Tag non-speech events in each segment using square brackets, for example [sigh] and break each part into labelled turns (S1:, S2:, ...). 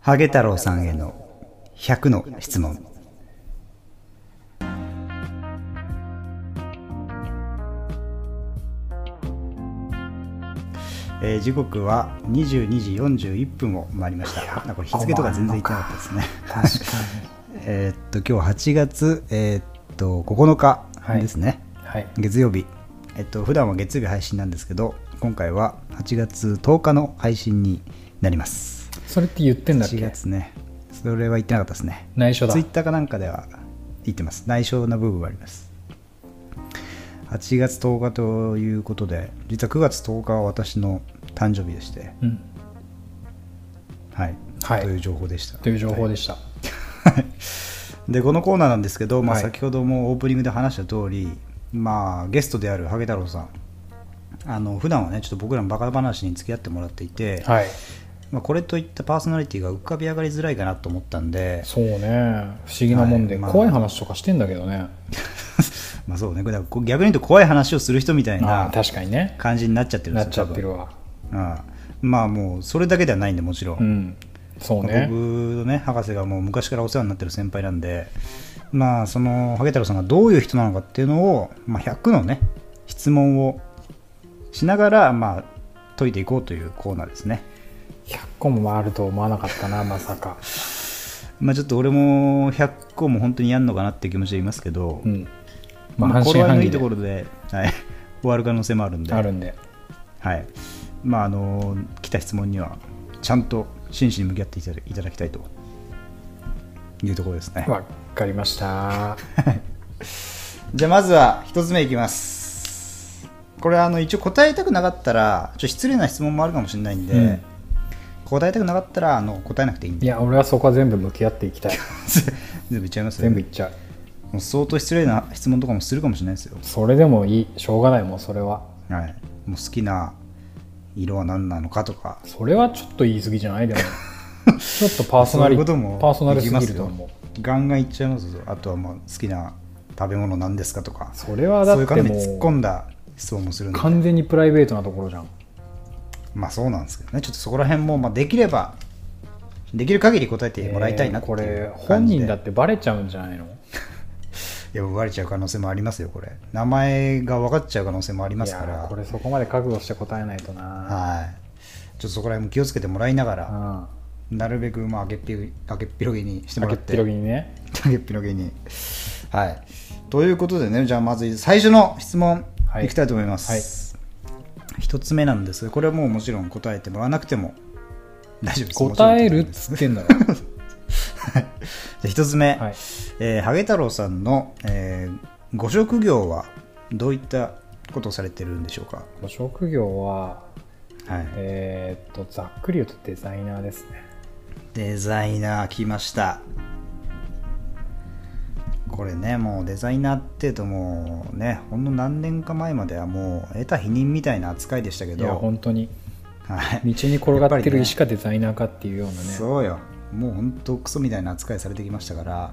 S1: ハゲ太郎さんへの100の質問えー時刻は22時41分を回りましたあこれ日付とか全然言ってなかったですね
S2: 確か
S1: [laughs] えーっと今日8月、えーっと9日ですね、
S2: に。はい。
S1: 月曜日えっと普段は月曜日配信なんですけど今回は8月10日の配信になります
S2: それって言ってんだっ
S1: 8
S2: け
S1: 月ねそれは言ってなかったですね
S2: 内緒だ
S1: ツイッ。ターかなんかでは言ってます内緒な部分はあります8月10日ということで実は9月10日は私の誕生日でして
S2: うん。
S1: はい、
S2: はい
S1: という情報でした
S2: という情報でした。
S1: でこのコーナーなんですけど、まあ、
S2: はい
S1: 先ほどもオープニングで話した通り、まあゲストであるハゲ太郎さんあの普段はねちょっと僕らのバカ話に付き合ってもらっていて、
S2: はい。
S1: まあ、これといったパーソナリティが浮かび上がりづらいかなと思ったんで
S2: そうね。不思議なもんで、
S1: はいまあ
S2: 怖い話とかしてんだけどね。
S1: [laughs] まあそうねだからこう逆に言うと怖い話をする人みたい
S2: ああ
S1: な
S2: ー、確かにね。
S1: 感じになっちゃってるんで
S2: な
S1: す
S2: っ
S1: よ
S2: ちゃってるわ。
S1: 多分うん、まあもうそれだけではないんでもちろん、
S2: うん。そう
S1: まあ僕
S2: ね。
S1: のね博士がもう昔からお世話になってる先輩なんでまあそのハゲ太郎さんがどういう人なのかっていうのを、まあ、100のね質問をしながらまあ解いていこうというコーナーですね
S2: 100個も回ると思わなかったな、まさか。
S1: まあちょっと俺も100個も本当にやんのかなっていう気持ちでいますけど、
S2: うん。ま
S1: ま
S2: あ、
S1: あ
S2: 半
S1: 頃
S2: 信
S1: 合い
S2: 半
S1: のい
S2: 疑
S1: いとこ
S2: で
S1: ろで、はい、終わる可能性もあるんで
S2: あるんで。
S1: はいまああの来た質問にはちゃんと真摯に向き合っていただいただきたいというところですね
S2: わかりました。
S1: じゃあまずは一つ目いきますこれはあの一応答えたくなかったらちょっと失礼な質問もあるかもしれないんで、
S2: うん
S1: 答えたくなかったらあの答えなくていいん
S2: い
S1: で
S2: [laughs] や、俺はそこは全部向き合っていきた
S1: [laughs]
S2: い。
S1: 全部言っちゃいます
S2: 全部いっちゃう。
S1: もう相当失礼な質問とかもするかもしれないですよ、
S2: それでもいい。しょうがない、もうそれは。
S1: はい、もう好きな色は何なのかとか
S2: それはちょっと言い過ぎじゃな
S1: [laughs]
S2: いでもちょっとパーソナ
S1: そうい
S2: リ
S1: うこ
S2: テ
S1: と
S2: ィ
S1: も
S2: パーソナル
S1: ですきま
S2: ぎ
S1: す
S2: ると
S1: よ
S2: 思う
S1: ガンガン言っちゃいますよあとはまあ好きな食べ物なんですかとか
S2: それはだ
S1: そういう
S2: っ
S1: 感
S2: て
S1: じで
S2: も
S1: 突っ
S2: う
S1: 込んだ質問もするんで
S2: 完全にプライベートなところじゃん
S1: まあそうなんですけどねちょっとそこら辺も、まあ、できればできる限り答えてもらいたいな
S2: え
S1: って
S2: ーこ
S1: い
S2: れ
S1: う
S2: 本
S1: 感じで、
S2: 人だってバレちゃうんじゃないの
S1: いやバレちゃう可能性もありますよこれ名前が分かっちゃう可能性もありま
S2: い
S1: すから
S2: やーこれそこまで覚悟して答えないとな
S1: はいちょっとそこら辺も気をつけてもらいながら、
S2: あ
S1: なるべくまああげっぴろあげっぴろげにしてもら
S2: け
S1: っ
S2: ってぴろぎにね
S1: あげっぴろげにはいということでねじゃあまず最初の質問
S2: はい
S1: いきたいと思います、一つ目なんですがこれはもうもちろん答えてもらわなくても大丈夫です
S2: 答える
S1: も
S2: っ
S1: ちろんです
S2: つって
S1: [laughs]
S2: んだろ
S1: じゃあ一つ目、
S2: はい
S1: えーハゲ太郎さんの、えーご職業はどういったことをされてるんでしょうか、
S2: 職業は
S1: はい、
S2: えーっとざっくり言うとデザイナーですね
S1: デザイナー来ましたこれねもうデザイナーっていうともうねほんの何年か前まではもう得た否認みたいな扱いでしたけ
S2: いや
S1: ど
S2: 本当に
S1: はい
S2: 道に転が
S1: やっ
S2: っ
S1: ぱ
S2: て
S1: りね
S2: る石かデザイナーかっていうようなね
S1: そうよもう本当クソみたいな扱いされてきましたから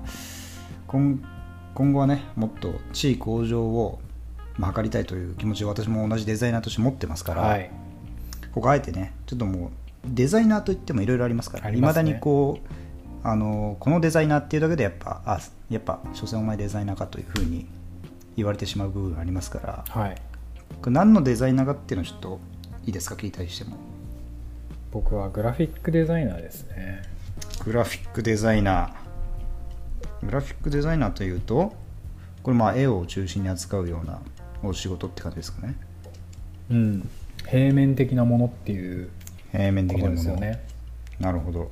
S1: 今今後はねもっと地位向上をまあ図りたいという気持ちを私も同じデザイナーとして持ってますから、
S2: はい
S1: ここあえてねちょっともうデザイナーといってもいろいろありますから
S2: あ
S1: い
S2: り
S1: ま、
S2: ま
S1: 未
S2: すね
S1: だにこうあのこのデザイナーっていうだけでやっぱあやっぱ所詮お前デザイナーかというふうに言われてしまう部分がありますから
S2: はい
S1: これ何のデザイナーかっていうのはちょっといいですか聞いたりしても
S2: 僕はグラフィックデザイナーですね
S1: グラフィックデザイナー。グラフィックデザイナーというと、これまあ絵を中心に扱うようなお仕事って感じですかね。
S2: うん、平面的なものっていう
S1: 平面
S2: こ
S1: 的な
S2: と
S1: も
S2: です
S1: の。
S2: よね
S1: なるほど。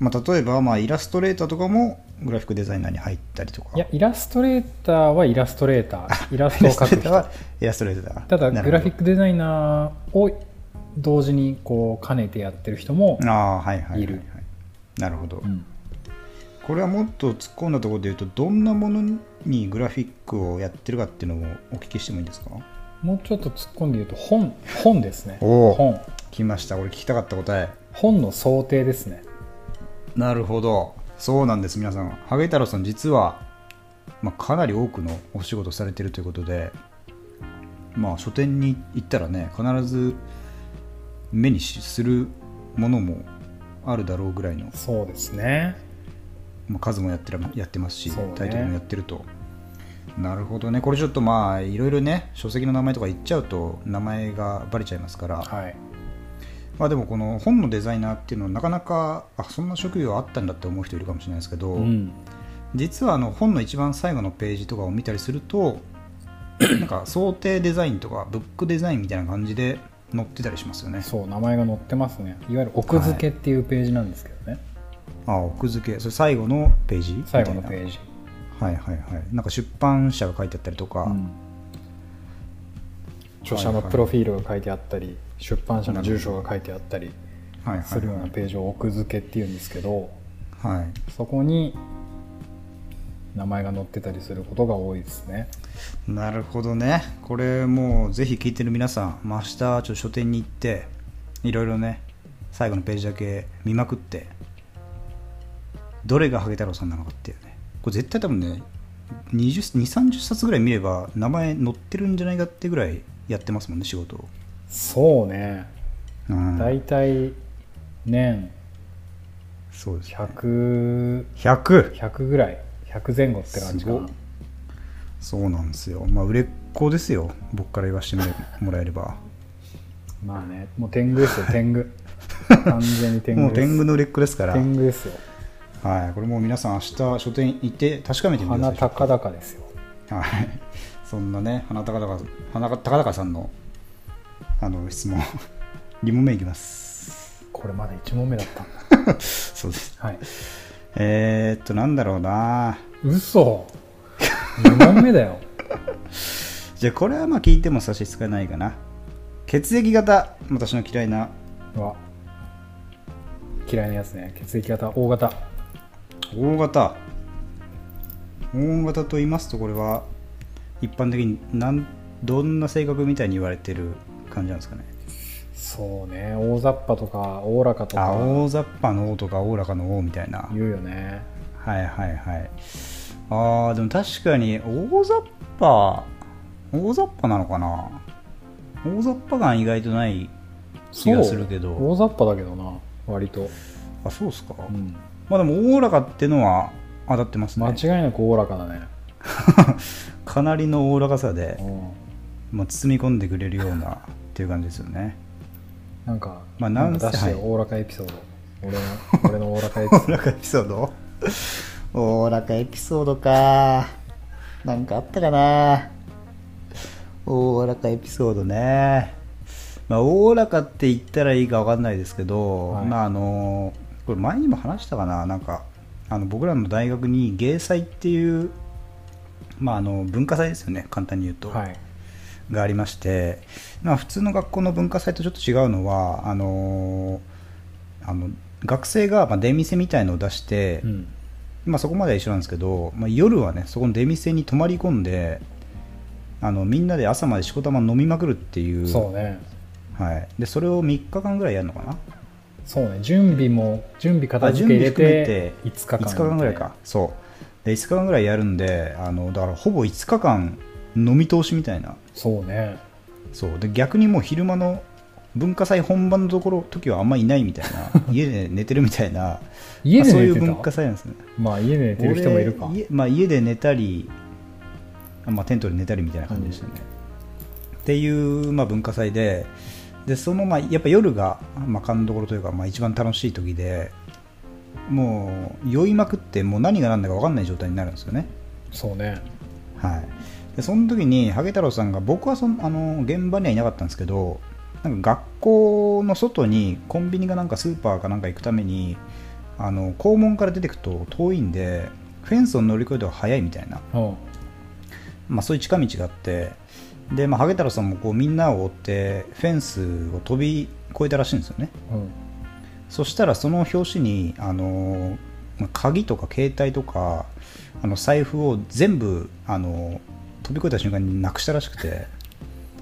S1: まあ、例えばまあイラストレーターとかもグラフィックデザイナーに入ったりとか。
S2: いやイラストレーターはイラストレーターイラストを描く人
S1: はイラストレーター。
S2: ただグラフィッ
S1: ク。
S2: クデザイナーを同時にこう兼ねてやってる人も、
S1: ああ、はいはいはい、はい。
S2: いる
S1: なるほど、
S2: うん
S1: これはもっと突っ込んだところで言うと、どんなものにグラフィックをやってるかっていうのをお聞きしてもいいんですか
S2: もうちょっと突っ込んで言うと本本ですね
S1: おお
S2: 本
S1: 来ました。俺聞きたかった答え。
S2: 本の想定ですね
S1: なるほどそうなんです皆さんハゲ太郎さん実は、まあ、かなり多くのお仕事されてるということでまあ書店に行ったらね必ず目にしするものもあるだろうぐらいの、
S2: そうですね
S1: まあ、数もやってらやってますし、
S2: そうね
S1: タイトルもやってると。なるほどね、これちょっとまあいろいろね、書籍の名前とか言っちゃうと、名前がバレちゃいますから、
S2: はい
S1: まあ、でもこの本のデザイナーっていうのは、なかなか、あそんな職業あったんだって思う人いるかもしれないですけど、
S2: うん
S1: 実はあの本の一番最後のページとかを見たりする
S2: [coughs]
S1: となんか想定デザインとかブックデザインみたいな感じで載ってたりしますよね
S2: そう名前が載ってますねいわゆる奥付けっていうページなんですけどね、
S1: あ奥付けそれ最後のページみた
S2: 最
S1: いな
S2: 後のページ、
S1: はいはいはいなんか出版社が書いてあったりとか、
S2: うん著者のプロフィールが書いてあったり出版社の住所が書いてあったり
S1: はいは
S2: す
S1: い
S2: るよう
S1: は、
S2: ないページを奥付けっていうんですけど
S1: はい、
S2: そこに名前が載ってたりすることが多いですね
S1: なるほどねこれもうぜひ聞いてる皆さんまあ明日ちょっと書店に行っていろいろね最後のページだけ見まくってどれがハゲ太郎さんなのかっていうねこれ絶対多分ね20 2030冊ぐらい見れば名前載ってるんじゃないかってぐらいやってますもんね仕事を、
S2: そうね
S1: うん
S2: 大体年
S1: そうです
S2: 100100
S1: 100
S2: ぐらい100前後って感じか
S1: す
S2: な
S1: ごそうなんですよまあ売れっ子ですよ僕から言わせてももらえれば
S2: まあねもう天狗ですよ天狗完全に天
S1: もう
S2: 狗です
S1: 天狗の売れっ子ですから
S2: 天狗ですよ
S1: はい、これもう皆さん明日書店行って確かめてみてくだ
S2: 鼻
S1: さ
S2: 高々ですよ
S1: い。はい、そんなね、花高々花高々さんのあの質問、2問目いきます。
S2: これまだ1問目だったんだ
S1: そうです。
S2: はい
S1: えー、っと、なんだろうな。
S2: 嘘2問目だよ
S1: じゃあ、これはまあ聞いても差し支えないかな。血液型、私の嫌いな
S2: うわ嫌いなやつね血液型 O 型
S1: 大型。大型と言いますと、これは一般的になんどんな性格みたいに言われてる感じなんですかね。
S2: そうね大雑把とかおおらかと
S1: あ、
S2: か
S1: 大雑把の王とか、おおらかの王みたいな。
S2: 言うよね
S1: はいはいはいあーでも確かに大雑把大雑把なのかな大雑把感意外とない気がするけ
S2: そう
S1: ど
S2: 大雑把だけどな割と、
S1: あそうっすか、
S2: うん、
S1: まあでもおおらかってのは当たってます
S2: 間
S1: ね
S2: 違いなくおおらかだね、
S1: かなりのおおらかさで
S2: う、ん、
S1: まあ、包み込んでくれるようなっていう感じですよね
S2: なんか、
S1: まあなんせ
S2: か出して
S1: はい
S2: おおらかエピソード俺の俺のおおらかエピソー
S1: [laughs] おおらかエピソードおおらかエピソードかなんかあったかなおおらかエピソードねまあおおらかって言ったらいいか分かんないですけど、
S2: はい
S1: まああのこれ前にも話したかななんかあの僕らの大学に芸祭っていうまああの文化祭ですよね簡単に言うと、 [laughs]
S2: ドはい
S1: がありまして、まあ、普通の学校の文化祭とちょっと違うのはあのーあの学生がまあ出店みたいのを出して、
S2: うん
S1: まあ、そこまでは一緒なんですけど、まあ、夜はねそこの出店に泊まり込んであのみんなで朝までしこたま飲みまくるっていう
S2: そうね
S1: はい、でそれを3日間ぐらいやるのかな
S2: そうね準備も準備片付け入れて5日間
S1: 5日間ぐらいかそうで5日間ぐらいやるんであのだからほぼ5日間飲み通しみたいな
S2: そうね
S1: そうで逆にもう昼間の文化祭本番のところ時はあんまいないみたい
S2: [laughs]
S1: な家で寝てるみたいな
S2: 家で
S1: まあそうい
S2: 寝
S1: う
S2: てた
S1: 文化祭なんですね
S2: まあ家で寝てる人もいるか
S1: 俺家,、まあ、家で寝たり、まあ、テントで寝たりみたいな感じでしたね、っていう、まあ、文化祭ででその、まあ、やっぱ夜が、まあ、勘どころというか、まあ、一番楽しい時でもう酔いまくってもう何が何だか分かんない状態になるんですよね
S2: そうね
S1: はい、でその時にハゲ太郎さんが僕はそんあの現場にはいなかったんですけどなんか学校の外にコンビニかなんかスーパーかなんか行くためにあの校門から出てくと遠いんでフェンスを乗り越えた方が早いみたいな、
S2: うん
S1: まあ、そういう近道があってで、まあ、ハゲ太郎さんもこうみんなを追ってフェンスを飛び越えたらしいんですよね
S2: うん
S1: そしたらその表紙にあのまあ鍵とか携帯とかあの財布を全部あの飛び越えた瞬間になくしたらしく
S2: [laughs]
S1: て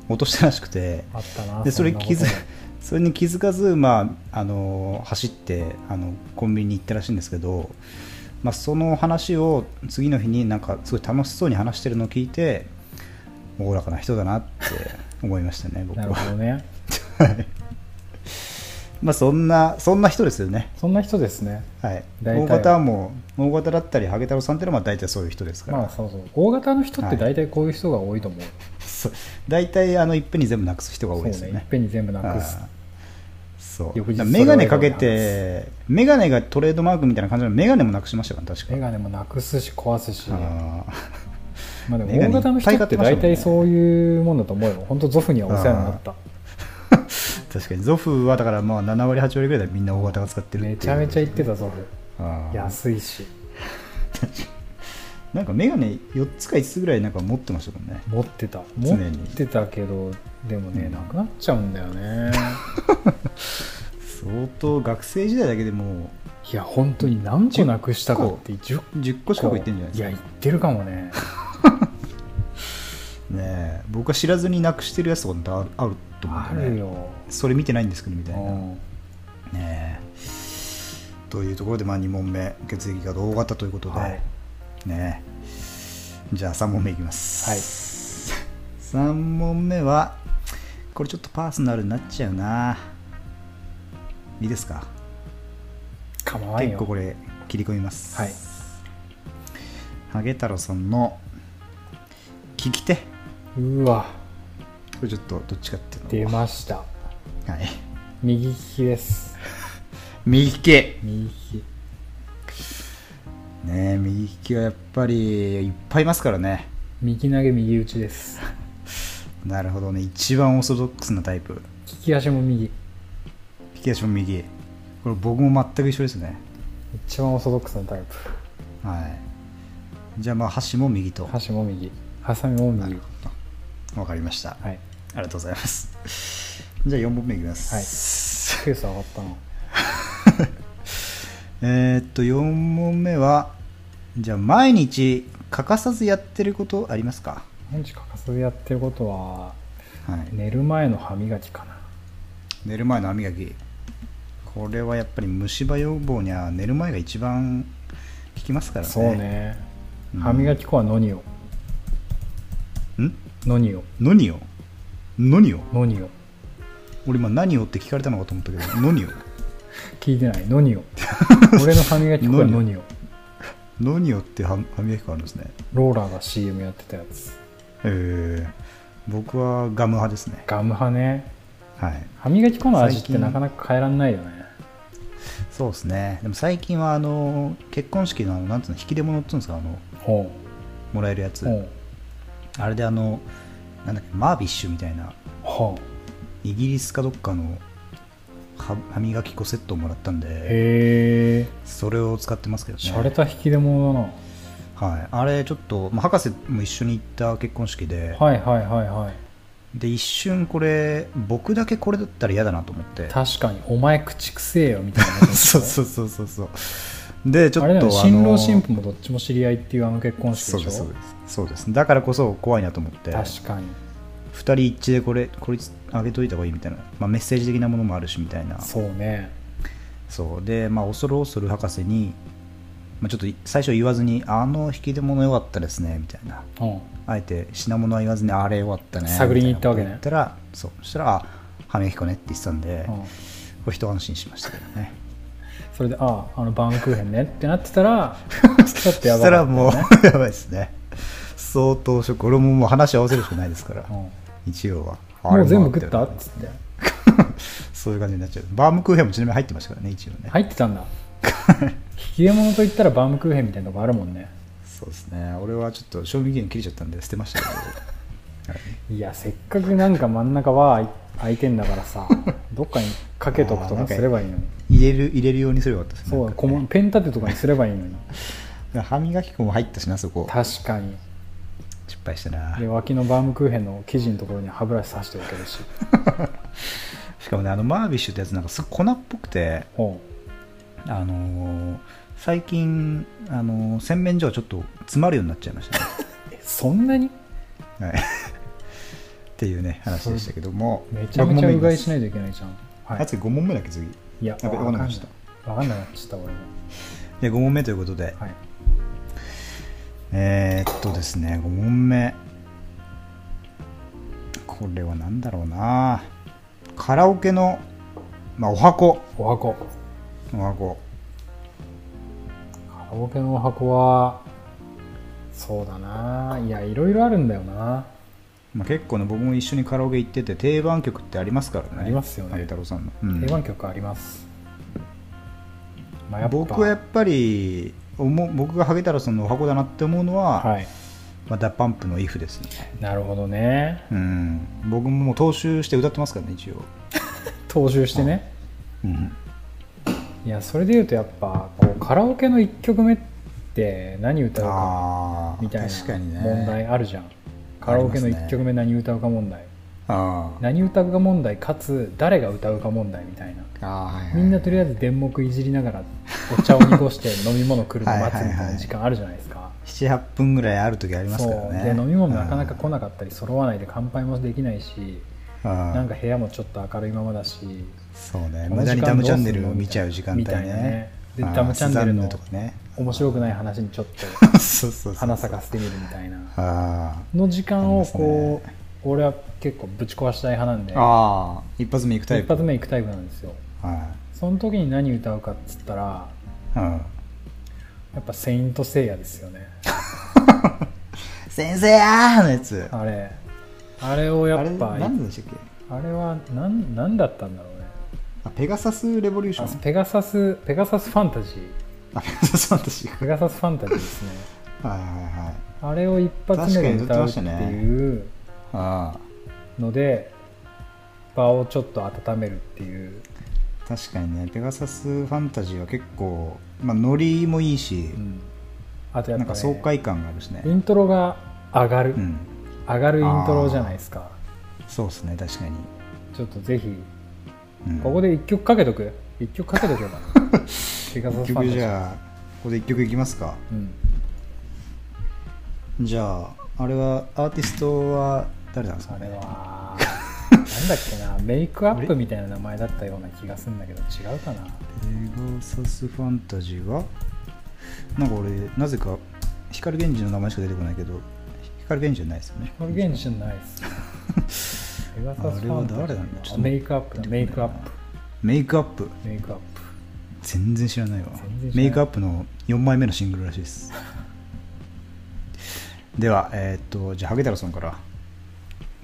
S1: 落としたらしくて
S2: あったな
S1: でそれ
S2: んな
S1: 気づ
S2: こと
S1: [laughs] それに気づかず、まあ、あの走ってあのコンビニに行ったらしいんですけど、まあ、その話を次の日になんかすごい楽しそうに話してるのを聞いておおらか
S2: [laughs]
S1: な人だなって思いましたね僕
S2: なる
S1: は。
S2: ほどね
S1: まあそんなそんな人ですよね
S2: そんな人ですね
S1: はい
S2: 大体は
S1: 大型はもう大型だったりハゲ太郎さんっていうのはまあ大体そういう人ですから、
S2: まあそうそう大型の人っ
S1: は
S2: て
S1: い
S2: 大体こういう人が多いと思う、
S1: そう大体あのいっぺんに全部なくす人が多いです
S2: そう
S1: よ
S2: ねいっ
S1: ね
S2: ぺんに全部なくす
S1: あーそう
S2: 翌日
S1: だから眼鏡かけて眼鏡がトレードマークみたいな感じの眼鏡もなくしましたから確か
S2: 眼鏡もなくすし壊すし
S1: あー [laughs]
S2: まあでも
S1: メガ
S2: 大
S1: ネ
S2: 型の人
S1: いっぱい買
S2: っ
S1: って
S2: て
S1: ましたも
S2: 大
S1: んね
S2: 体そういうもんだと思うよ本当ゾフにはお世話になった
S1: 確かにゾフはだからまあ7割8割ぐらいでみんな大型が使ってるっていう
S2: めちゃめちゃ行ってたゾフ
S1: あー
S2: 安いし
S1: なんか眼鏡4つか5つぐらいなんか持ってましたもんね
S2: 持ってた持
S1: 常
S2: っ
S1: に
S2: てたけどでもね、
S1: うん
S2: なくなっちゃうんだよね [laughs]
S1: 相当学生時代だけでも
S2: いや本当に何個なくしたかって10
S1: う10個近くいってんじゃない
S2: いや
S1: で
S2: 行
S1: す
S2: っ
S1: か
S2: てるかもね
S1: ねえ僕は知らずになくしてるやつとかってある [laughs] あると思
S2: あ
S1: うんだよ
S2: る
S1: ね
S2: よ、
S1: それ見てないんですけどみたいな
S2: う
S1: ね
S2: ん
S1: えというところでまあ2問目血液が同型ということで、
S2: はい
S1: ねえじゃあ3問目いきます、 [laughs] はい、3問目はこれちょっとパーソナルになっちゃうないいですか
S2: 構わん
S1: 結構
S2: よ
S1: これ切り込みます
S2: はい
S1: ハゲ太郎さんの聞き手こ
S2: うわ
S1: れちょっとどっちかってい
S2: 出
S1: うの
S2: ました
S1: をはい
S2: 右利きです
S1: 右利きね
S2: 右利き
S1: え右利きはやっぱりいっぱいいますからね
S2: 右投げ右打ちです
S1: なるほどね一番オーソドックスなタイプ
S2: 利き足も右
S1: 利き足も右これ僕も全く一緒ですね
S2: 一番オーソドックスなタイプ
S1: はいじゃあまあ箸も右と
S2: 箸も右ハサミも
S1: な
S2: 右
S1: るほどわかりました、あ
S2: はい
S1: りがとうござい [laughs] ますじゃあ4問目いきます、
S2: ペース上がったな
S1: えーっと4問目はじゃあ毎日欠かさずやってることありますか
S2: 毎日欠かさずやってることは
S1: はい
S2: 寝る前の歯磨きかな
S1: 寝る前の歯磨きこれはやっぱり虫歯予防には寝る前が一番効きますからね
S2: そうね、
S1: うん
S2: 歯磨き粉はノニオ
S1: ん
S2: ノニオ
S1: 何よ何よ
S2: ノニオ
S1: 俺今何をって聞かれたのかと思ったけど [laughs] 何よ
S2: 聞いてないノ
S1: [laughs]
S2: ニオ俺の歯磨き粉はノニオ
S1: 何よって歯歯磨き粉あるんですね
S2: ローラーが CM やってたやつ
S1: えー、僕はガム派ですね
S2: ガム派ね
S1: はい
S2: 歯磨き粉の味っ
S1: 最
S2: て
S1: 近
S2: なかなか変えらんないよね
S1: そうですねでも最近はあの結婚式のあのなんつうの引き出物っつうんですかあの
S2: ほ
S1: もらえるや
S2: う
S1: つ
S2: ほう
S1: あれであのなんだっけマービッシュみたいな
S2: ほ
S1: イギリスかどっかの歯歯磨き粉セットをもらったん
S2: う
S1: で
S2: へえ
S1: それを使ってますけど
S2: 洒落
S1: ね、
S2: た引き出物だな、
S1: はい、あれちょっと、まあ、博士も一緒に行った結婚式で,、
S2: はいはいはいはい
S1: で一瞬これ僕だけこれだったら嫌だなと思って
S2: 確かにお前口くせえよみたい
S1: [laughs]
S2: な
S1: そうそうそうそうそうでちょ
S2: あ
S1: っ
S2: れだ
S1: と
S2: よね新郎新
S1: 婦
S2: 婦もどっちも知り合いっていうあの結婚式
S1: そ
S2: で
S1: う
S2: し
S1: です
S2: ょ
S1: そうですそうですだからこそ怖いなと思って
S2: 確かに
S1: 2人一致でこれこいつあげといた方がいいみたいな、まあ、メッセージ的なものもあるしみたいな
S2: そうね
S1: そうで、まあ、恐る恐る博士に、まあ、ちょっと最初言わずに「あの引き出物良かったですね」みたいな
S2: うん
S1: あえて品物は言わずに「あれ良かったね」
S2: 探りに行ったわけね
S1: みいなこと言ったらそうそしたら「あ歯磨き粉ね」って言ってたんで、
S2: うん
S1: これ一安心しましたけどね
S2: それで「あああのバウムクーヘンね」ってなって
S1: [laughs]
S2: たらちょっと
S1: そ
S2: [laughs] や
S1: した
S2: ばからった
S1: も
S2: よ
S1: う [laughs]
S2: ね
S1: やばいですね相当ショック俺ももう話合わせるしかないですから、一応は
S2: うんもう全部
S1: あれ
S2: 食
S1: 良か
S2: った
S1: よね
S2: っつって
S1: [laughs] そういう感じになっちゃうバームクーヘンもちなみに入ってましたからね一応ね
S2: 入ってた
S1: [laughs]
S2: んだ引き出物といったらバウムクーヘンみたいなとこあるもんね
S1: そうですね俺はちょっと賞味期限切れちゃったんで捨てましたけど
S2: いやせっかくなんか真ん中は空い空いてんだか
S1: [laughs]
S2: らさどっかにかけとくとかすればいいのに
S1: 入れる入れるようにすればよかったですね
S2: そう
S1: なん
S2: だ
S1: かね
S2: 小ペン立てとかにすればいいのに
S1: 歯磨き粉も入ったしなそこ
S2: 確かに
S1: 失敗したな
S2: で脇のバウムクーヘンの生地のところに歯ブラシ刺しておけ [laughs] るし
S1: しかもねあのマービッシュってやつなんかすごい粉っぽくて
S2: ほ
S1: あのー最近、あのー洗面所はちょっと詰まるようになっちゃいましたね、
S2: [laughs] うえそんなに
S1: はい、っていうね話でしたけども
S2: めちゃめちゃうがいしないいといけないじゃん、は
S1: あつ5問目だっけ次い
S2: い、いや
S1: あわかんない
S2: わわかんなくなっちゃった俺も
S1: や5問目ということで、
S2: はい
S1: えーっとですね、5問目。これは何だろうな。カラオケのまあ、お箱
S2: お箱
S1: お箱
S2: カラオケのお箱はそうだないやいろいろあるんだよな
S1: まあ、結構ね僕も一緒にカラオケ行ってて定番曲ってありますからね
S2: ありますよね
S1: ハゲ太郎さんの、うん
S2: 定番曲あります、まあやっぱ
S1: 僕はやっぱり思う僕がハゲ太郎さんのお箱だなって思うのは、
S2: はい
S1: まあ、ダパンプの「IF」ですね、
S2: なるほどね
S1: うん、僕ももう踏襲して歌ってますからね一応、
S2: 踏襲してね、
S1: うん、
S2: いやそれでいうとやっぱこうカラオケの1曲目って何歌うか
S1: ああ
S2: みたい
S1: 確か
S2: な
S1: にね
S2: 問題あるじゃん、カラオケの1曲目何歌うか問題、
S1: あー
S2: 何歌うか問題かつ誰が歌うか問題みたいな
S1: あーはいはい
S2: みんなとりあえず電目いじりながらお茶を
S1: [laughs]
S2: 濁して飲み物来るの待つ
S1: は
S2: み
S1: いはい
S2: たい
S1: は
S2: ない時間あるじゃないですか、
S1: 78分ぐらいある時あります
S2: そ
S1: から
S2: う
S1: ね
S2: で飲み物なかなか来なかったり揃わないで乾杯もできないし、
S1: な
S2: なんか部屋もちょっと明るいままだし
S1: そうね
S2: この
S1: 無駄
S2: 時
S1: に
S2: 間
S1: ダムチャンネ
S2: ど
S1: ル
S2: うすんの
S1: 見ちゃう時間帯
S2: みたいな
S1: ね
S2: ねで
S1: あー
S2: ダムチャンネルの
S1: スザンヌとか
S2: [laughs]
S1: ね
S2: 面白くない話にちょっ
S1: そう
S2: と
S1: そうそう
S2: 花咲かせてみるみたいな
S1: あ
S2: の時間を
S1: あり
S2: こ
S1: ま
S2: う、俺は結構ぶち壊したい派なんで
S1: ーあー一発目行くタイ
S2: 一
S1: プ
S2: 発目行くタイプなんですよ
S1: は
S2: その時に何歌うかっつったら
S1: いうん
S2: やっぱ「セイント・セイヤ」ですよね
S1: 先生やーのやつ
S2: あれあれをやっぱ
S1: あ
S2: あ
S1: れ
S2: れ
S1: 何でしたっけ
S2: は何何だったんだろうね
S1: あペガサスレボリューショ
S2: あ
S1: ン
S2: ペガサスペガサスファンタジー
S1: あペガサス私はい
S2: ペガサスファンタジーですね
S1: はいはい
S2: あれを一発目で歌うって
S1: 確かに
S2: いう
S1: あ
S2: ので場をちょっと温めるっていう
S1: あ確かにねペガサスファンタジーは結構まあノリもいいし、
S2: うんあとやっ
S1: な
S2: ぱ、
S1: んか
S2: ね、
S1: 爽快感があるしね
S2: イントロが上がる、
S1: うん
S2: 上がるイントロじゃないですか
S1: そうですね確かに、
S2: ちょっとぜひ
S1: うん
S2: ここで1曲かけとく1曲かけ
S1: [laughs]
S2: とけばペガサ
S1: 一
S2: スファ
S1: 曲
S2: ンタジ
S1: じ
S2: ー、
S1: ゃあここで一曲いきますか
S2: うん、
S1: じゃああれはアーティストは誰なんですか
S2: あれ
S1: ね
S2: はなんだっけ
S1: [laughs]
S2: なメイクアップみたいな名前だったような気がするんだけど違うかな
S1: ペガサスファンタジーはなんか俺なぜか光源氏の名前しか出てこないけど光源氏じゃないですよね
S2: これ現地じゃないですペガサスファンタジー
S1: あれは誰なんだちょっと
S2: メイクアップだメイクアップ
S1: メイクアップ
S2: メイクアップ
S1: 全然知らないわ
S2: 全然知らない
S1: メイクアップの4枚目のシングルらしいですではえーっとじゃあハゲ太郎さんから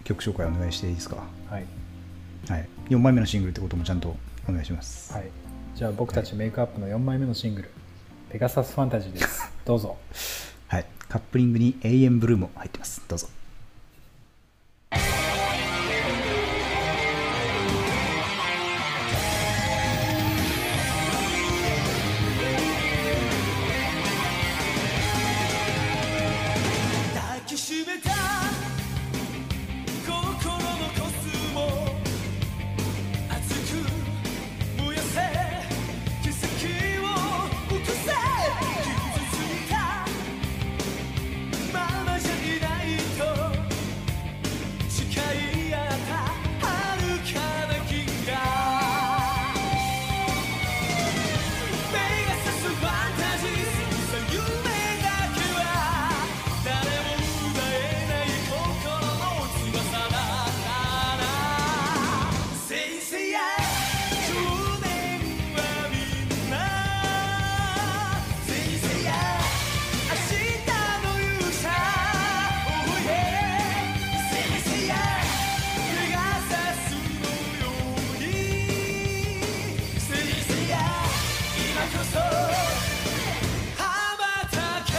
S1: 曲紹介お願いしていいですか
S2: はい、
S1: はい4枚目のシングルってこともちゃんとお願いします
S2: はい、じゃあ僕たちメイクアップの4枚目のシングル「ペガサスファンタジー」
S1: [laughs]
S2: ですどうぞ
S1: はい、カップリングに「永遠ブルー」も入ってますどうぞ
S3: 抱きしめた心のコスモ熱く燃やせ奇跡を起こせ傷ついたままじゃいないと誓い合った遥かな銀河「夢がさすファンタジー」「夢だけは誰も奪えない心の翼だから」「先生や少年はみんな」「先生や明日の勇者」「おいえ先生や目がさすのように」「先生や今こそ羽ばたけ」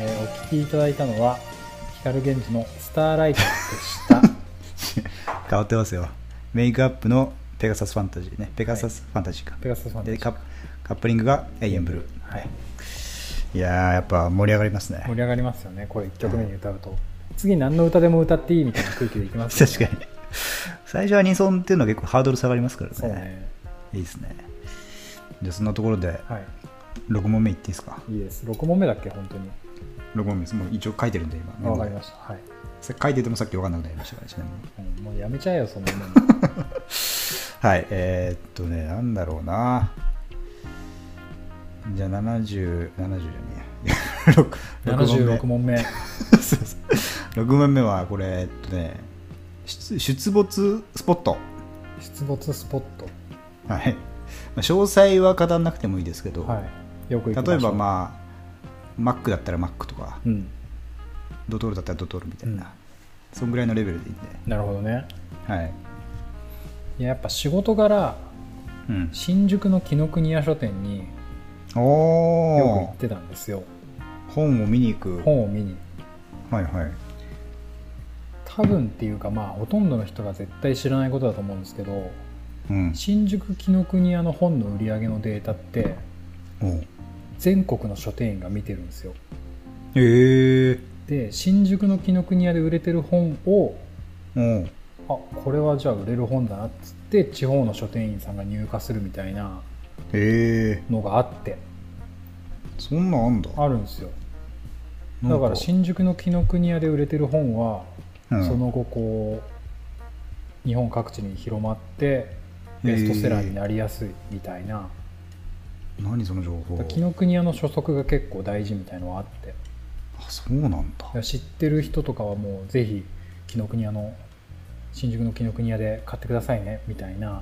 S2: えーお聴きいただいたのは光源氏の「スターライト」でした
S1: [laughs] 変わってますよメイクアップのペガサスファンタジーねペガサスファンタジーか、
S2: ペガサスファンタジ
S1: で
S2: ー
S1: カップカップリングが「永遠ブルー
S2: はい、」
S1: いやーやっぱ盛り上がります
S2: 盛
S1: ね
S2: り上がりますよねこれ1曲目に歌うと、次何の歌でも歌っていいみたいな空気でいきますよ
S1: [laughs] 確かに最初はアニソンっていうのは結構ハードル下がりますからね
S2: そうね
S1: いいですねじゃあそんなところで
S2: は
S1: 6問目いっていいですか
S2: いいいです6問目だっけ本当に
S1: 6問目ですもう一応書いてるんで今
S2: わかりましたはい、
S1: さ書いててもさっき分かんなくなりましたからちなみに
S2: うんもうやめちゃえよそん
S1: [laughs]
S2: なもん
S1: はい、えーっとね、なんだろうな。じゃあ、70、70じゃねえや。6 [laughs]
S2: 76
S1: 問
S2: 問目
S1: [laughs] 目。そうそう6問目は、これ、えっとね、出出没スポット、
S2: 出没スポッ
S1: はいまあ詳細は語らなくてもいいですけど、
S2: トはいよく行く
S1: 例えば
S2: あ
S1: まあマックだったらマックとか
S2: うん
S1: ドトールだったらドトールみたいな、
S2: うん
S1: そんぐらいのレベルでいいんで
S2: なるほどね
S1: はい、
S2: いややっぱ仕事柄
S1: うん、
S2: 新宿の紀ノ国屋書店によく行
S1: お
S2: っ
S1: お
S2: てたんですよ
S1: 本を見に行く
S2: 本を見に
S1: はいはい
S2: 多分っていうかまあほとんどの人が絶対知らないことだと思うんですけど
S1: うん
S2: 新宿紀ノ国屋の本の売り上げのデータって
S1: おう
S2: 全国の書店員が見てるんですよ
S1: へえ
S2: で新宿の紀ノ国屋で売れてる本を
S1: おう
S2: あこれはじゃあ売れる本だなっつって地方の書店員さんが入荷するみたいな
S1: へえ
S2: のがあって
S1: そんなんあんだ
S2: あるんですよ
S1: な
S2: だ
S1: ん
S2: から新宿の紀ノ国屋で売れてる本は、
S1: うん
S2: その後こう日本各地に広まってベストセラーになりやすいみたいな、
S1: 何その情報
S2: だから紀ノ国屋の書速が結構大事みたいのはあってだか
S1: あそうなんだ
S2: ら知ってる人とかはもうぜひ紀ノ国屋の新宿の紀ノ国屋で買ってくださいねみたいな
S1: あ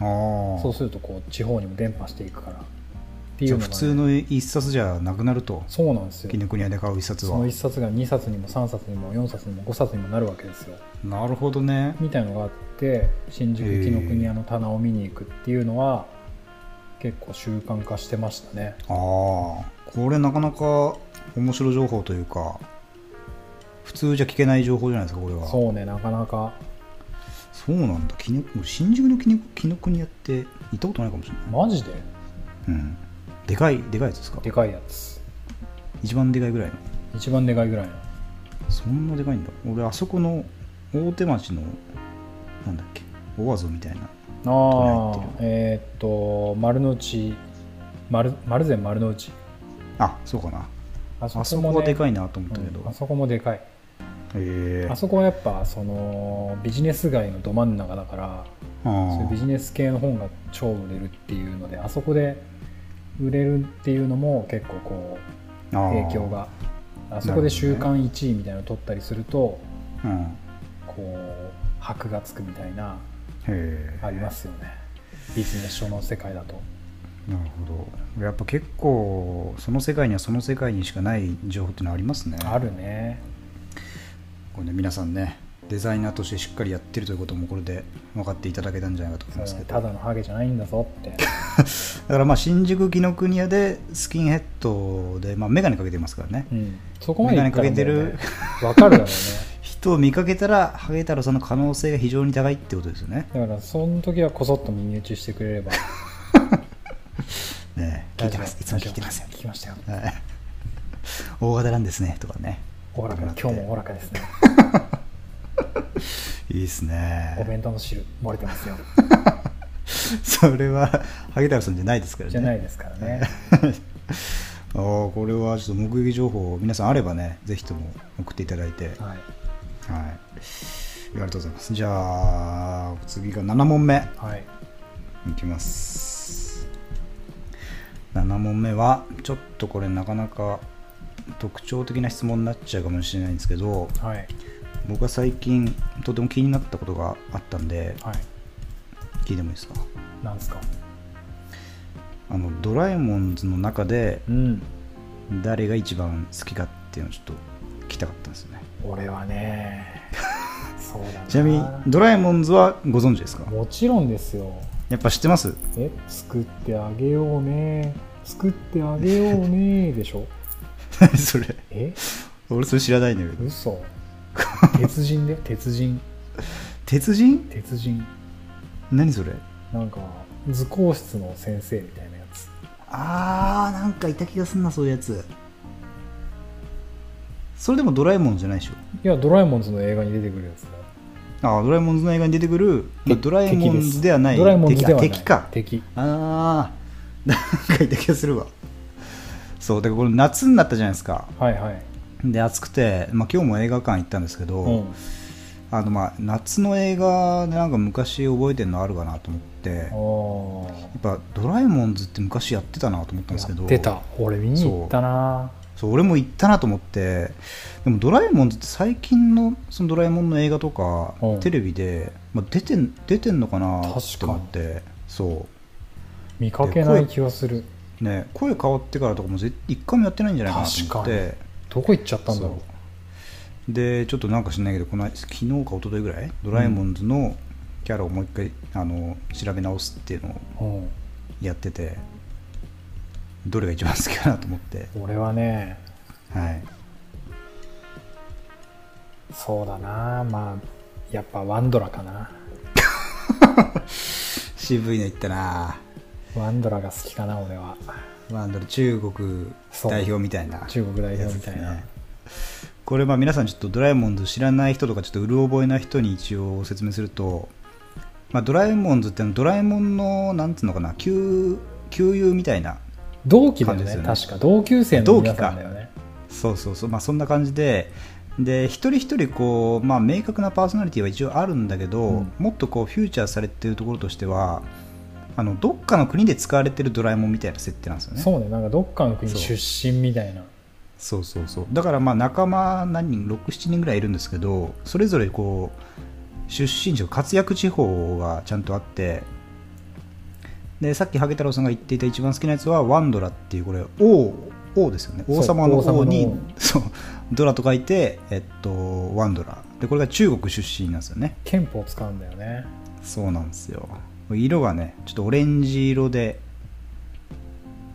S1: あ
S2: そうするとこう地方にも伝播していくからってい
S1: じ
S2: う
S1: ゃあ
S2: のが
S1: 普
S2: ね、
S1: 通の一冊じゃなくなると
S2: そうなんですよ
S1: 紀伊国屋で買う一冊
S2: そ
S1: は
S2: の1冊が2冊にも3冊にも4冊にも5冊にもなるわけですよ
S1: なるほどね
S2: みたいのがあって新宿紀ノ国屋の棚を見に行くっていうのは結構習慣化してましたね
S1: ああこれなかなか面白情報というか普通じゃ聞けない情報じゃないですかこれは
S2: そうねなかなか
S1: そうなんだ紀伊国新宿の紀伊紀伊国屋って行ったことないかもしれない、
S2: マジで
S1: うん、でかいでかいやつですか
S2: でかいやつ
S1: 一番でかいぐらいの
S2: 一番でかいぐらいの
S1: そんなでかいんだ俺あそこの大手町のなんだっけオアゾみたいな
S2: あ
S1: どれ入
S2: あ
S1: って
S2: えーっと丸の内丸丸善丸の内
S1: あそうかな
S2: あ
S1: あそこはでか
S2: い
S1: いなと思ったけど、
S2: あそこもでかい
S1: へえ
S2: あそこはやっぱそのビジネス街のど真ん中だからそういうビ
S1: あ
S2: ジネス系の本が超売れるっていうのであそこで売れるっていうのも結構こ
S1: あ
S2: う
S1: ああ
S2: 影響があそこで週間1位みたいなの取ったりすると
S1: うんへ
S2: こう箔がつくみたいな
S1: え
S2: ありますよねビジネス書の世界だと
S1: なるほどやっぱ結構その世界にはその世界にしかない情報っていうのはありますね
S2: あるね
S1: これね皆さんねデザイナーとしてしっかりやってるということもこれで分かっていただけたんじゃないかと思いますけど
S2: ただのハゲじゃないんだぞって [laughs]
S1: だからまあ新宿紀ノ国屋でスキンヘッドで、まあ、眼鏡かけてますからね、
S2: うんそこまでいったらもう
S1: 眼鏡
S2: ね
S1: か
S2: わ [laughs] かるだろうね
S1: 人を見かけたらハゲ太郎さんの可能性が非常に高いってことですよね
S2: だからその時はこそっと耳打ちしてくれれ [laughs] ば
S1: ねえ聞いてますいつも聞いてますよ
S2: 聞きましたよ
S1: はい大型なんですねとかね
S2: おおらか今日もおおらか [laughs] ですね
S1: いいです
S2: お
S1: ね
S2: 弁当の汁漏れてますよ
S1: それはハゲ太郎さんじゃないですからね
S2: [laughs] じゃないですから [laughs] ね
S1: あーこれはちょっと目撃情報皆さんあればねぜひとも送っていただいて、はい、
S2: はい
S1: ありがとうございますじゃあ次が7問目
S2: はい
S1: いきます7問目はちょっとこれなかなか特徴的な質問になっちゃうかもしれないんですけど
S2: はい
S1: 僕は最近とても気になったことがあったんで
S2: はい
S1: 聞いてもいいですか
S2: なんですか
S1: あのドラえもんズの中で
S2: うん
S1: 誰が一番好きかっていうのをちょっと聞きたかったんですよね
S2: 俺は [laughs] ねそうだな
S1: ちなみにドラえもんズはご存知ですか
S2: もちろんですよ
S1: やっぱ知って [laughs] ます
S2: え作ってあげようね作ってあげようねでしょ
S1: それ
S2: え
S1: 俺それ知らないんだけど [laughs]
S2: 嘘鉄人だよ鉄人
S1: 鉄人
S2: 鉄人
S1: 何それ
S2: なんか図工室の先生みたいなやつ
S1: あーなんかいた気がすんなそういうやつそれでもドラえもんじゃないでしょ
S2: いやドラえもんズの映画に出てくるやつだよ
S1: あードラえもんズの映画に出てくるドラえもんズではない
S2: ドラえもんズではない
S1: 敵敵か
S2: 敵
S1: あーなんかいた気がするわそうだからこれ夏になったじゃないですか
S2: はいはい
S1: で暑くて、まあ、今日も映画館行ったんですけど、
S2: うん
S1: あのまあ夏の映画でなんか昔覚えてるのあるかなと思ってやっ
S2: ああ
S1: ぱ「ドラえもんズ」って昔やってたなと思ったんですけど
S2: 出た俺見に行ったな
S1: そう俺も行ったなと思ってでも「ドラえもん」って最近のそのドラえもんの映画とか
S2: うん
S1: テレビで、まあ、出てん出てんのかな
S2: 確かに
S1: と思ってそ
S2: 見かけない気がする
S1: う、ね、声変わってからとかもぜ一回もやってないんじゃないかなと思っ
S2: 確か
S1: て
S2: どこ行っちゃったんだろう
S1: そうでちょっとなんか知んないけどこの昨日か一昨日ぐらいドラえもんズのキャラをもう一回あの調べ直すっていうのを
S2: うん
S1: やっててどれが一番好きかなと思って、
S2: 俺はね
S1: はい、
S2: そうだなまあやっぱワンドラかな
S1: 渋いのいったな
S2: ワンドラが好きかな俺は
S1: まあ、だから中国
S2: そう
S1: 代表みたいな
S2: 中国代表みたいな、
S1: やつですねこれまあ皆さんちょっとドラえもんズ知らない人とかちょっとうる覚えな人に一応説明すると、まあ、ドラえもんズってのはドラえもんのなんつうのかな旧旧友みたいな
S2: 同期だよね
S1: 感じですよね
S2: 確か同級生の皆さんだよね
S1: そうそうそうまあそんな感じでで一人一人こう、まあ、明確なパーソナリティは一応あるんだけど、
S2: うん
S1: もっとこうフューチャーされてるところとしてはあのどっかの国で使われてるドラえもんみたいな設定なんですよね
S2: そうねなんかどっかの国
S1: そう
S2: 出身みたいな
S1: そうそうそうだからまあ仲間何人67人ぐらいいるんですけどそれぞれこう出身地活躍地方がちゃんとあってでさっきハゲ太郎さんが言っていた一番好きなやつはワンドラっていうこれ王王ですよね
S2: そう
S1: 王様の
S2: 王様
S1: 王
S2: の王
S1: にそうドラと書いて、えっと、ワンドラでこれが中国出身なんですよね
S2: 憲法使うんだよね
S1: そうなんですよ色がねちょっとオレンジ色で、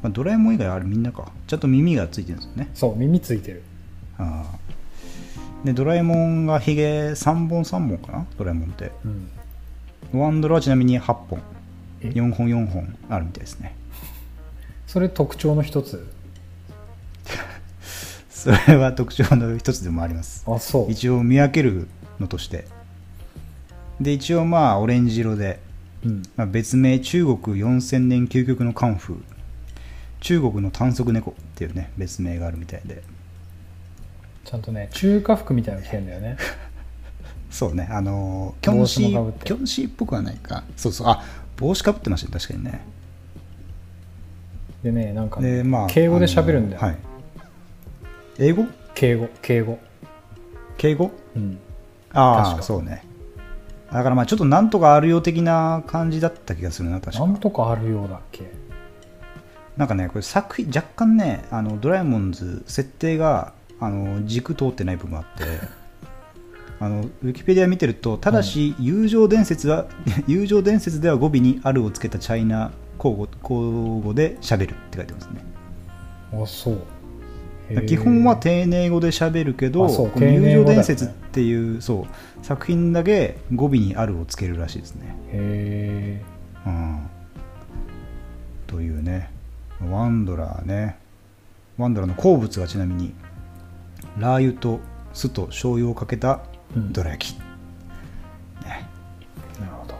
S1: まあ、ドラえもん以外はあれみんなかちゃんと耳がついてるんですよね
S2: そう耳ついてる
S1: ああでドラえもんがひげ3本3本かなドラえもんって
S2: うん
S1: ワンドラはちなみに8本
S2: え
S1: 4本4本あるみたいですね
S2: それ特徴の一つ
S1: それは特徴の一つでもあります
S2: あそう
S1: 一応見分けるのとしてで一応まあオレンジ色で、
S2: うん、
S1: まあ、別名中国4000年究極のカンフー中国の短足猫っていうね別名があるみたいで
S2: ちゃんとね中華服みたいなの着てんだよね
S1: そうねあのキョンシ
S2: 帽子もかぶっ
S1: ー
S2: て
S1: キョンシーっぽくはないかそうそうあ帽子かぶってましたね確かにね
S2: でねなんかね
S1: でまあ、
S2: 敬語で喋るんだよ、
S1: あのはい、英語
S2: 敬語敬語
S1: 敬語
S2: うん
S1: あ
S2: 確
S1: あ
S2: か
S1: そうねだからまあちょっとなんとかあるよう的な感じだった気がするな確
S2: な
S1: か
S2: んとかあるようだっけ
S1: なんかねこれ作品若干ねあのドラえもんズ設定があの軸通ってない部分があって [laughs] あのウィキペディア見てるとただし友情伝説は、 [laughs] 友情伝説では語尾に「ある」をつけたチャイナ口語口語で喋るって書いてますね
S2: あそう
S1: だから基本は丁寧語で喋るけど、
S2: あそう
S1: この
S2: 丁寧
S1: 友情
S2: 語だよね
S1: 伝説っていう,、そう作品だけ語尾に「ある」をつけるらしいですね。
S2: へえ
S1: うん、というねワンドラーねワンドラーの好物がちなみにラー油と酢と醤油をかけた
S2: うん
S1: どら焼き、
S2: なるほど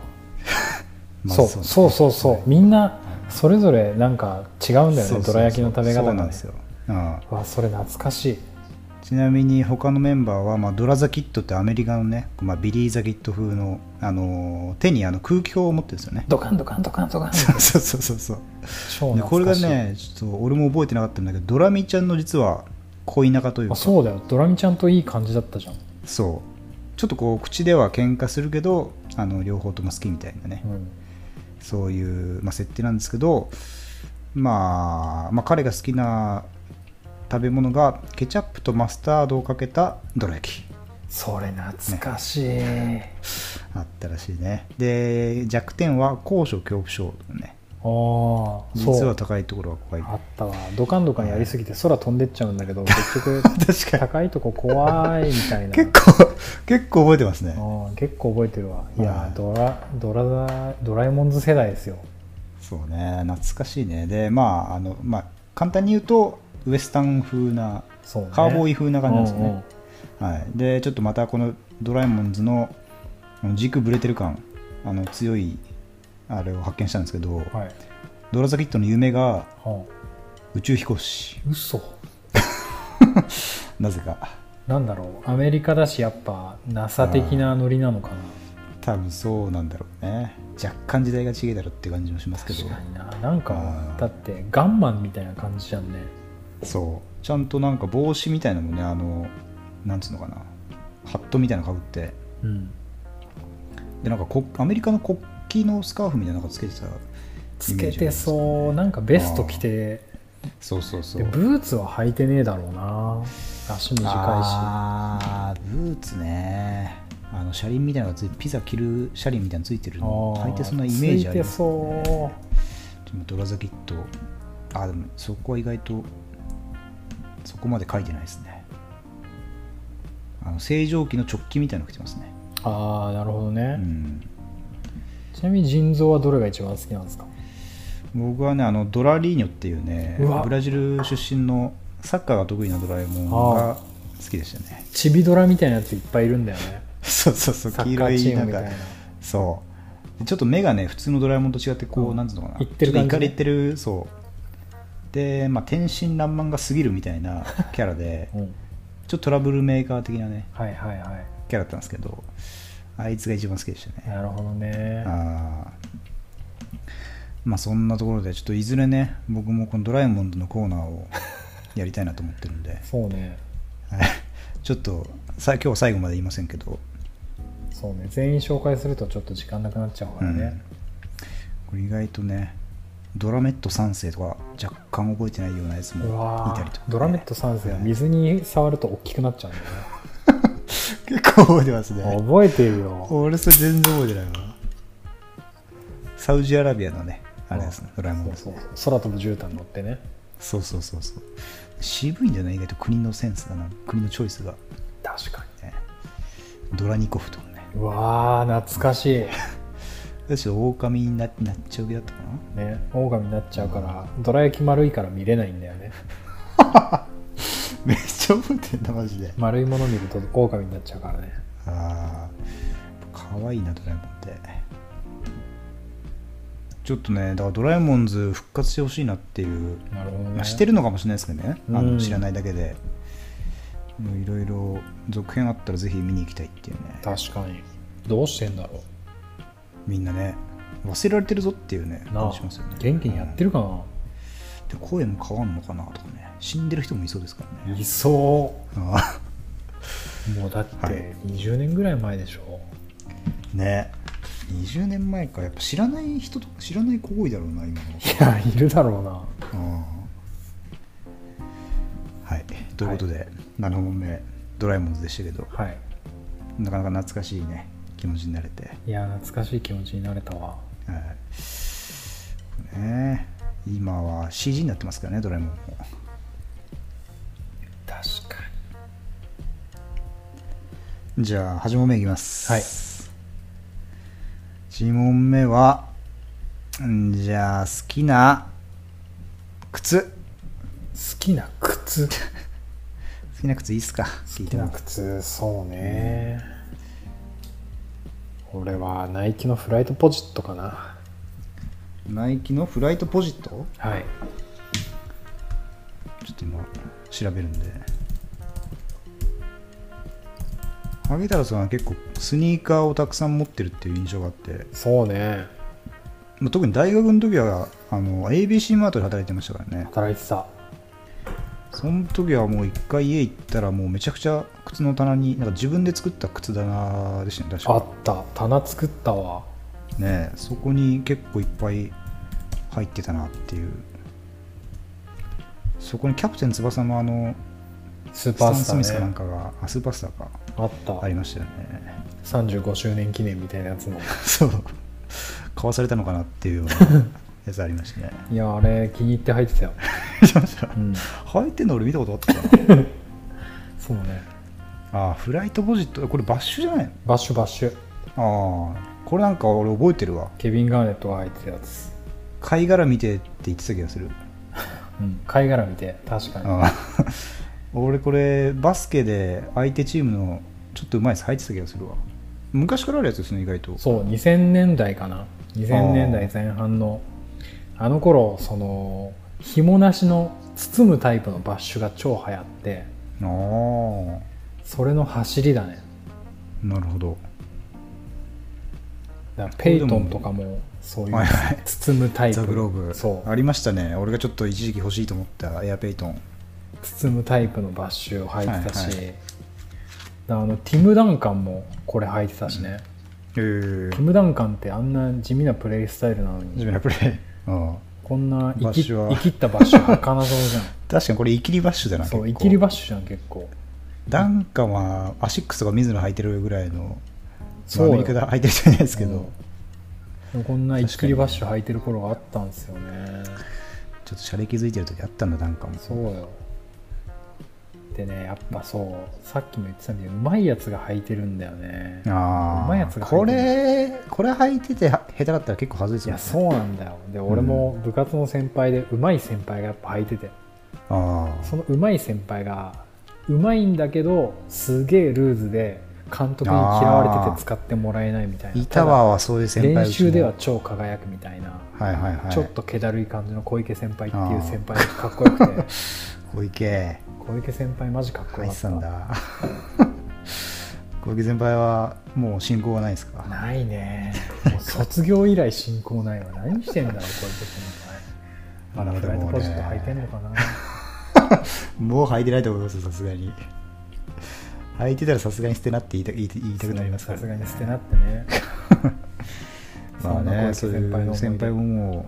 S1: ま
S2: そう
S1: ずです
S2: そうそうそうみんなそれぞれなんか違うんだよ
S1: そうそうそ
S2: ね
S1: う
S2: どら焼きの食べ方
S1: そ
S2: が
S1: うなん
S2: ね
S1: ですよ、うん、
S2: わそれ懐かしい
S1: ちなみに他のメンバーは、まあ、ドラザキットってアメリカのね、まあ、ビリー・ザキット風の、あのー手にあの空気砲を持ってるんですよね
S2: ドカンドカンドカンド
S1: [laughs]
S2: カン
S1: そうそうそうそうそう
S2: 超
S1: でこれ
S2: 懐
S1: が
S2: かしい
S1: ねちょっと俺も覚えてなかったんだけどドラミちゃんの実は恋仲という
S2: あ
S1: か
S2: そうだよドラミちゃんといい感じだったじゃん、
S1: そうちょっとこう口では喧嘩するけどあの両方とも好きみたいなね、
S2: うん、
S1: そういう、まあ、設定なんですけど、まあ、まあ彼が好きな食べ物がケチャップとマスタードをかけたどら焼き
S2: それ懐かしい、
S1: あったらしいねで弱点は高所恐怖症とかね
S2: ああそ
S1: 実は
S2: う
S1: 高いところは怖い
S2: あったわドカンドカンやりすぎて空飛んでっちゃうんだ
S1: [laughs]
S2: けど結局
S1: 確か
S2: 高いとこ怖いみたいな
S1: に結構結構覚えてますね
S2: うん結構覚えてるわい
S1: は
S2: や
S1: い
S2: ードラドラだドラえもんズ世代ですよ
S1: そうね懐かしいねでまああの、まあ、簡単に言うとウエスタン風な
S2: そう、ね、
S1: カーボーイ風な感じなんですよね、
S2: うんうん
S1: はい、でちょっとまたこのドラえもんズのあの軸ぶれてる感あの強いあれを発見したんですけど、
S2: はい、
S1: ドラザキットの夢が
S2: は
S1: 宇宙飛行士
S2: あ、嘘
S1: なぜか
S2: なんだろうアメリカだしやっぱ NASA 的なノリなのかな
S1: 多分そうなんだろうね若干時代が違えだろっていう感じもしますけど
S2: 確かにななんか
S1: あー
S2: だってガンマンみたいな感じじゃんね
S1: そうちゃんとなんか帽子みたいなのもねあのなんつうのかなハットみたいなのかぶって
S2: うん
S1: でなんかこアメリカの国旗のスカーフみたいなのがつけてた
S2: つけてそうなんかベスト着て
S1: そうそうそう
S2: でブーツは履いてねえだろうな足短
S1: あーブーツねあの車輪みたいなのがついピザ着る車輪みたいなのついてるの
S2: いし
S1: 履いてそんなイメージあ
S2: つい
S1: り
S2: て
S1: ます
S2: そ
S1: でもドラザキットあでもそこは意外とそこまで書いてないですねあの正常期の直帰みたいなの着てますね
S2: うああなるほど
S1: う
S2: ね、
S1: ん
S2: ちなみに腎臓はどれが一番好きなんですか
S1: 僕はねあのドラリーニョっていうね
S2: うわ
S1: ブラジル出身のサッカーが得意なドラえもん
S2: あ
S1: が好きでした
S2: [laughs]
S1: ね
S2: チビドラみたいなやついっぱいいるんだよね
S1: そうそうそう
S2: サ
S1: 黄
S2: ッカ
S1: 色
S2: ーチ
S1: い
S2: ー
S1: な
S2: ム
S1: ん
S2: みた
S1: か
S2: いな
S1: そうでちょっと目がね普通のドラえもんと違ってこう、
S2: うん
S1: なんつうのかない
S2: ってる感
S1: ちょ
S2: じ
S1: っといかれてるそうで、まあ、天真爛漫が過ぎるみたいな [laughs] キャラで
S2: うん
S1: ちょっとトラブルメーカー的なね
S2: はいはいはい
S1: キャラだったんですけどあいつが一番好きでしたね
S2: なるほどね
S1: あーまあそんなところでちょっといずれね僕もこのドラえもんのコーナーをやりたいなと思ってるんで
S2: そうね
S1: はいちょっとさ今日は最後まで言いませんけど、
S2: そうね全員紹介するとちょっと時間なくなっちゃうか
S1: う
S2: ら
S1: ん
S2: ね、
S1: これ意外とねドラメット3世とか若干覚えてないようなやつ
S2: う
S1: も
S2: わ
S1: いたり
S2: ー
S1: とかね、
S2: ドラメット3世は水に触ると大きくなっちゃうんだよね
S1: 結構覚えてます [laughs] ね
S2: 覚えてるよ
S1: 俺それ全然覚えてないわサウジアラビアのねあれですねドラえもんで
S2: そ
S1: す
S2: うそうそう空飛ぶ絨毯乗ってね
S1: そうそうそうそう渋いんじゃない意外と国のセンスだな国のチョイスが、
S2: 確か
S1: ね、ドラニコフとかね
S2: にうわー懐かしい
S1: 私狼にななっちゃう気だったかな
S2: ね狼になっちゃうからどら焼き丸いから見れないんだよね
S1: [laughs] めっちゃ覚えてんなマジで
S2: 丸いもの見ると狼になっちゃうからね
S1: ああかわいいなドラえもんってちょっとねだからドラえもんズ復活してほしいなっていう、
S2: なるほど
S1: まあ
S2: ね
S1: してるのかもしれないですけどね、あ
S2: うん
S1: の知らないだけでもういろいろ続編あったらぜひ見に行きたいっていうね
S2: 確かにどうしてんだろ
S1: みんなね忘れられてるぞっていうね
S2: うな
S1: 感
S2: あ
S1: じしますよね
S2: 元気にやって
S1: る、
S2: るかな、
S1: うんで声も変わんのかなとかね死んでる人もいそうですからね
S2: いそ
S1: あ
S2: うもうだっ
S1: はい
S2: て20年ぐらい前でしょ、
S1: ーね20年前かやっぱ知らない人と知らない子多いだろうな今の
S2: いやいるだろうな
S1: はい、ということで、7本目ドラえもんズでしたけど
S2: はい
S1: なかなか懐かしいね気持ちになれて、
S2: いや懐かしい気持ちになれたわ
S1: はいねえ、今は CG になってますからねドラえもんも
S2: 確か
S1: じゃあ8問目いきます
S2: はい
S1: 8問目はんじゃあ好きな靴
S2: に好きな靴好
S1: 好きな靴いいっすか聞いて
S2: きな
S1: も
S2: 靴そうね俺はナイキのフライトポジットかな
S1: ナイキのフライトポジット
S2: はい
S1: ちょっと今調べるんでハゲ太郎さんは結構スニーカーをたくさん持ってるっていう印象があって
S2: そうね
S1: まあ特に大学の時はあの ABC マートで働いてましたからね
S2: 働いてた
S1: その時はもう一回家行ったらもうめちゃくちゃ靴の棚になんか自分で作った靴棚でしたね確
S2: あ
S1: か
S2: った棚作ったわ
S1: ねえそこに結構いっぱい入ってたなっていうそこにキャプテン翼のあの
S2: スー
S1: スタ
S2: パ
S1: ン・
S2: ー
S1: スミス
S2: ス
S1: か
S2: ター
S1: なん
S2: ね
S1: かがあスーパースターか
S2: あった
S1: ありましたよね
S2: 35周年記念みたいなやつも
S1: [laughs] そう買わされたのかなっていうよう [laughs] なやつありましたね [laughs]
S2: いやあれ気に入って入ってたよ、うん、
S1: 履いてんの俺見たことあ [laughs] ったかな
S2: そうね
S1: あーフライトポジットこれバッシュじゃないの
S2: バッシュバッシュ
S1: ああこれなんか俺覚えてるわ
S2: ケビン・ガーネットが入ってたやつ、
S1: 貝殻見てって言ってた気がする
S2: うん、貝殻見て確かに
S1: あー [laughs] 俺これバスケで相手チームのちょっとうまいやつ入ってた気がするわ昔からあるやつですね意外と
S2: そう2000年代かな2000年代前半のあの頃その紐なしの包むタイプのバッシュが超流行って
S1: ああ
S2: それの走りだね
S1: なるほど
S2: だからペイトンとかもそういう
S1: はいはい
S2: 包むタイプ
S1: ザ・グローブ
S2: そう
S1: ありましたね俺がちょっと一時期欲しいと思ったエアペイトン
S2: 包むタイプのバッシュを履いてたし、
S1: はいは
S2: あのティム・ダンカンもこれ履いてたしね、
S1: えー
S2: ティム・ダンカンってあんな地味なプレイスタイルなの
S1: 自
S2: に
S1: 分のプレイ。 [laughs] うん
S2: こんな生
S1: バッ
S2: き
S1: シュは
S2: 生きったバッシュ履かなそう
S1: [laughs]
S2: じゃ
S1: 確かにこれ、イキリバッシュだな、
S2: んそう
S1: 結
S2: 生
S1: 構
S2: きりバッシュじゃん結構
S1: ダンカンはアシックスとか水野履いてるぐらいの、
S2: そう
S1: まあ
S2: よ
S1: アメリカで履いてるじゃないですけ
S2: う
S1: ど
S2: ん、でもこんな生きりバッシュ履いてる頃があったんですよね
S1: ちょっと車歴づいてる時あったんだ、ダンカンも。
S2: そうよでねやっぱそうさっきも言ってたみたいにうまいやつが履いてるんだよね
S1: あ
S2: うまいやつ
S1: あ、
S2: が
S1: こ
S2: 入って
S1: れ、これ履いてては下手だったら結構はずいです
S2: い
S1: よ
S2: や
S1: ね。
S2: そうなんだよで俺も部活の先輩でうまい先輩がやっぱ履いてて
S1: あ
S2: そのうまい先輩がうまいんだけどすげえルーズで監督に嫌われてて使ってもらえないみたい
S1: あ、
S2: な
S1: イタワーはそういう
S2: た
S1: 先
S2: だ
S1: 輩
S2: 練
S1: うちも
S2: 習では、超輝くみたいな、
S1: はいはいはい、
S2: ちょっと気だるい感じの小池先輩って
S1: あ
S2: いう
S1: ー
S2: 先輩がかっこよくて
S1: 小池、
S2: 小池先輩マジかっこ
S1: 入
S2: よ
S1: っ
S2: かってた
S1: たんだ。
S2: [laughs]
S1: 小池先輩はもう進行はないですか
S2: ないねもう卒業以来進行ないわ何してんだろう小池先輩まだフライドポジット履いてんのかな
S1: もう履いてないと思いますよ、さすがに。履いてたらさすがに捨てなって言いた言い言いたくなりますか
S2: さ
S1: ら
S2: すがに捨てなってね
S1: まあね、
S2: そ
S1: そ
S2: ん
S1: う
S2: な
S1: いう
S2: 小池先輩の思
S1: 先
S2: い出
S1: 輩もも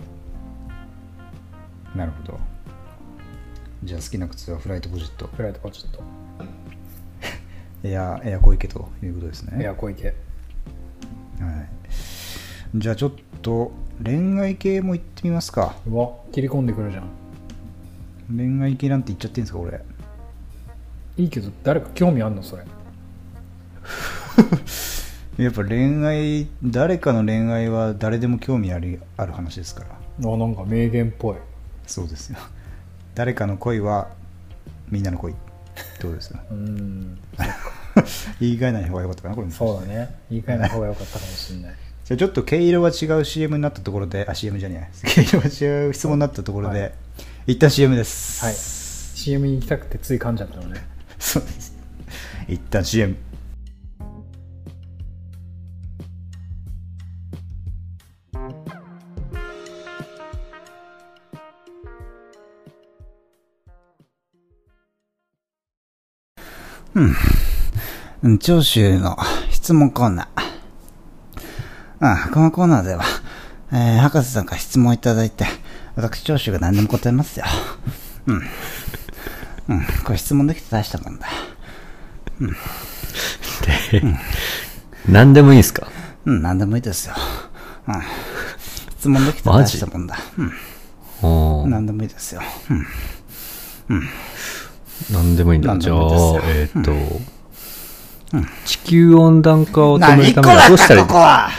S1: う、なるほど。じゃあ好きな靴はフライトポジット。
S2: フライドポチッと
S1: エア、エア小池ということです
S2: い
S1: ね。
S2: や小池
S1: はい、じゃあちょっと恋愛系も行ってみますか。
S2: うわ切り込んでくるじゃん
S1: 恋愛系なんて言っちゃっていいんですか、俺。
S2: いいけど誰か興味あんのそれ
S1: やっぱ恋愛、誰かの恋愛は誰でも興味あるある話ですから。
S2: あなんか名言っぽい
S1: そうですよ。誰かの恋はみんなの恋ってことですよ。 [laughs]
S2: うん
S1: 言い換えない方が良かったかな、これも。
S2: そうだね言い換えない方が良かったかもしれ
S1: [laughs]
S2: ない
S1: じゃあちょっと毛色が違う CM になったところで、あ、CM じゃねえ。毛色が違う質問になったところで、
S2: は
S1: 一旦 CM です。
S2: はい CM に行きたくてつい噛んじゃったのね
S1: そうです。 [laughs] 一旦 CM。うん。長州の質問コーナー。ああこのコーナーでは、えー博士さんから質問をいただいて、私長州が何でも答えますよ。うん、これ質問できて大したもんだ。
S4: 何でもいいですか
S1: うん、なんでもいいですよ。うん。質問できて
S4: マ
S1: 大
S4: ジ
S1: したもんだ。う
S4: お
S1: ん、
S4: ー
S1: なんでもいいですよ。うん。
S4: 何でもいいんだ。
S1: 何
S4: じ
S1: で
S4: ゃあ
S1: もいいですよ、
S4: えーっと、地球温暖化を止め
S1: 何
S4: る
S1: 個
S4: ために
S1: だ
S4: はど
S1: っ
S4: うした
S1: た
S4: らい
S1: こ
S4: い
S1: こは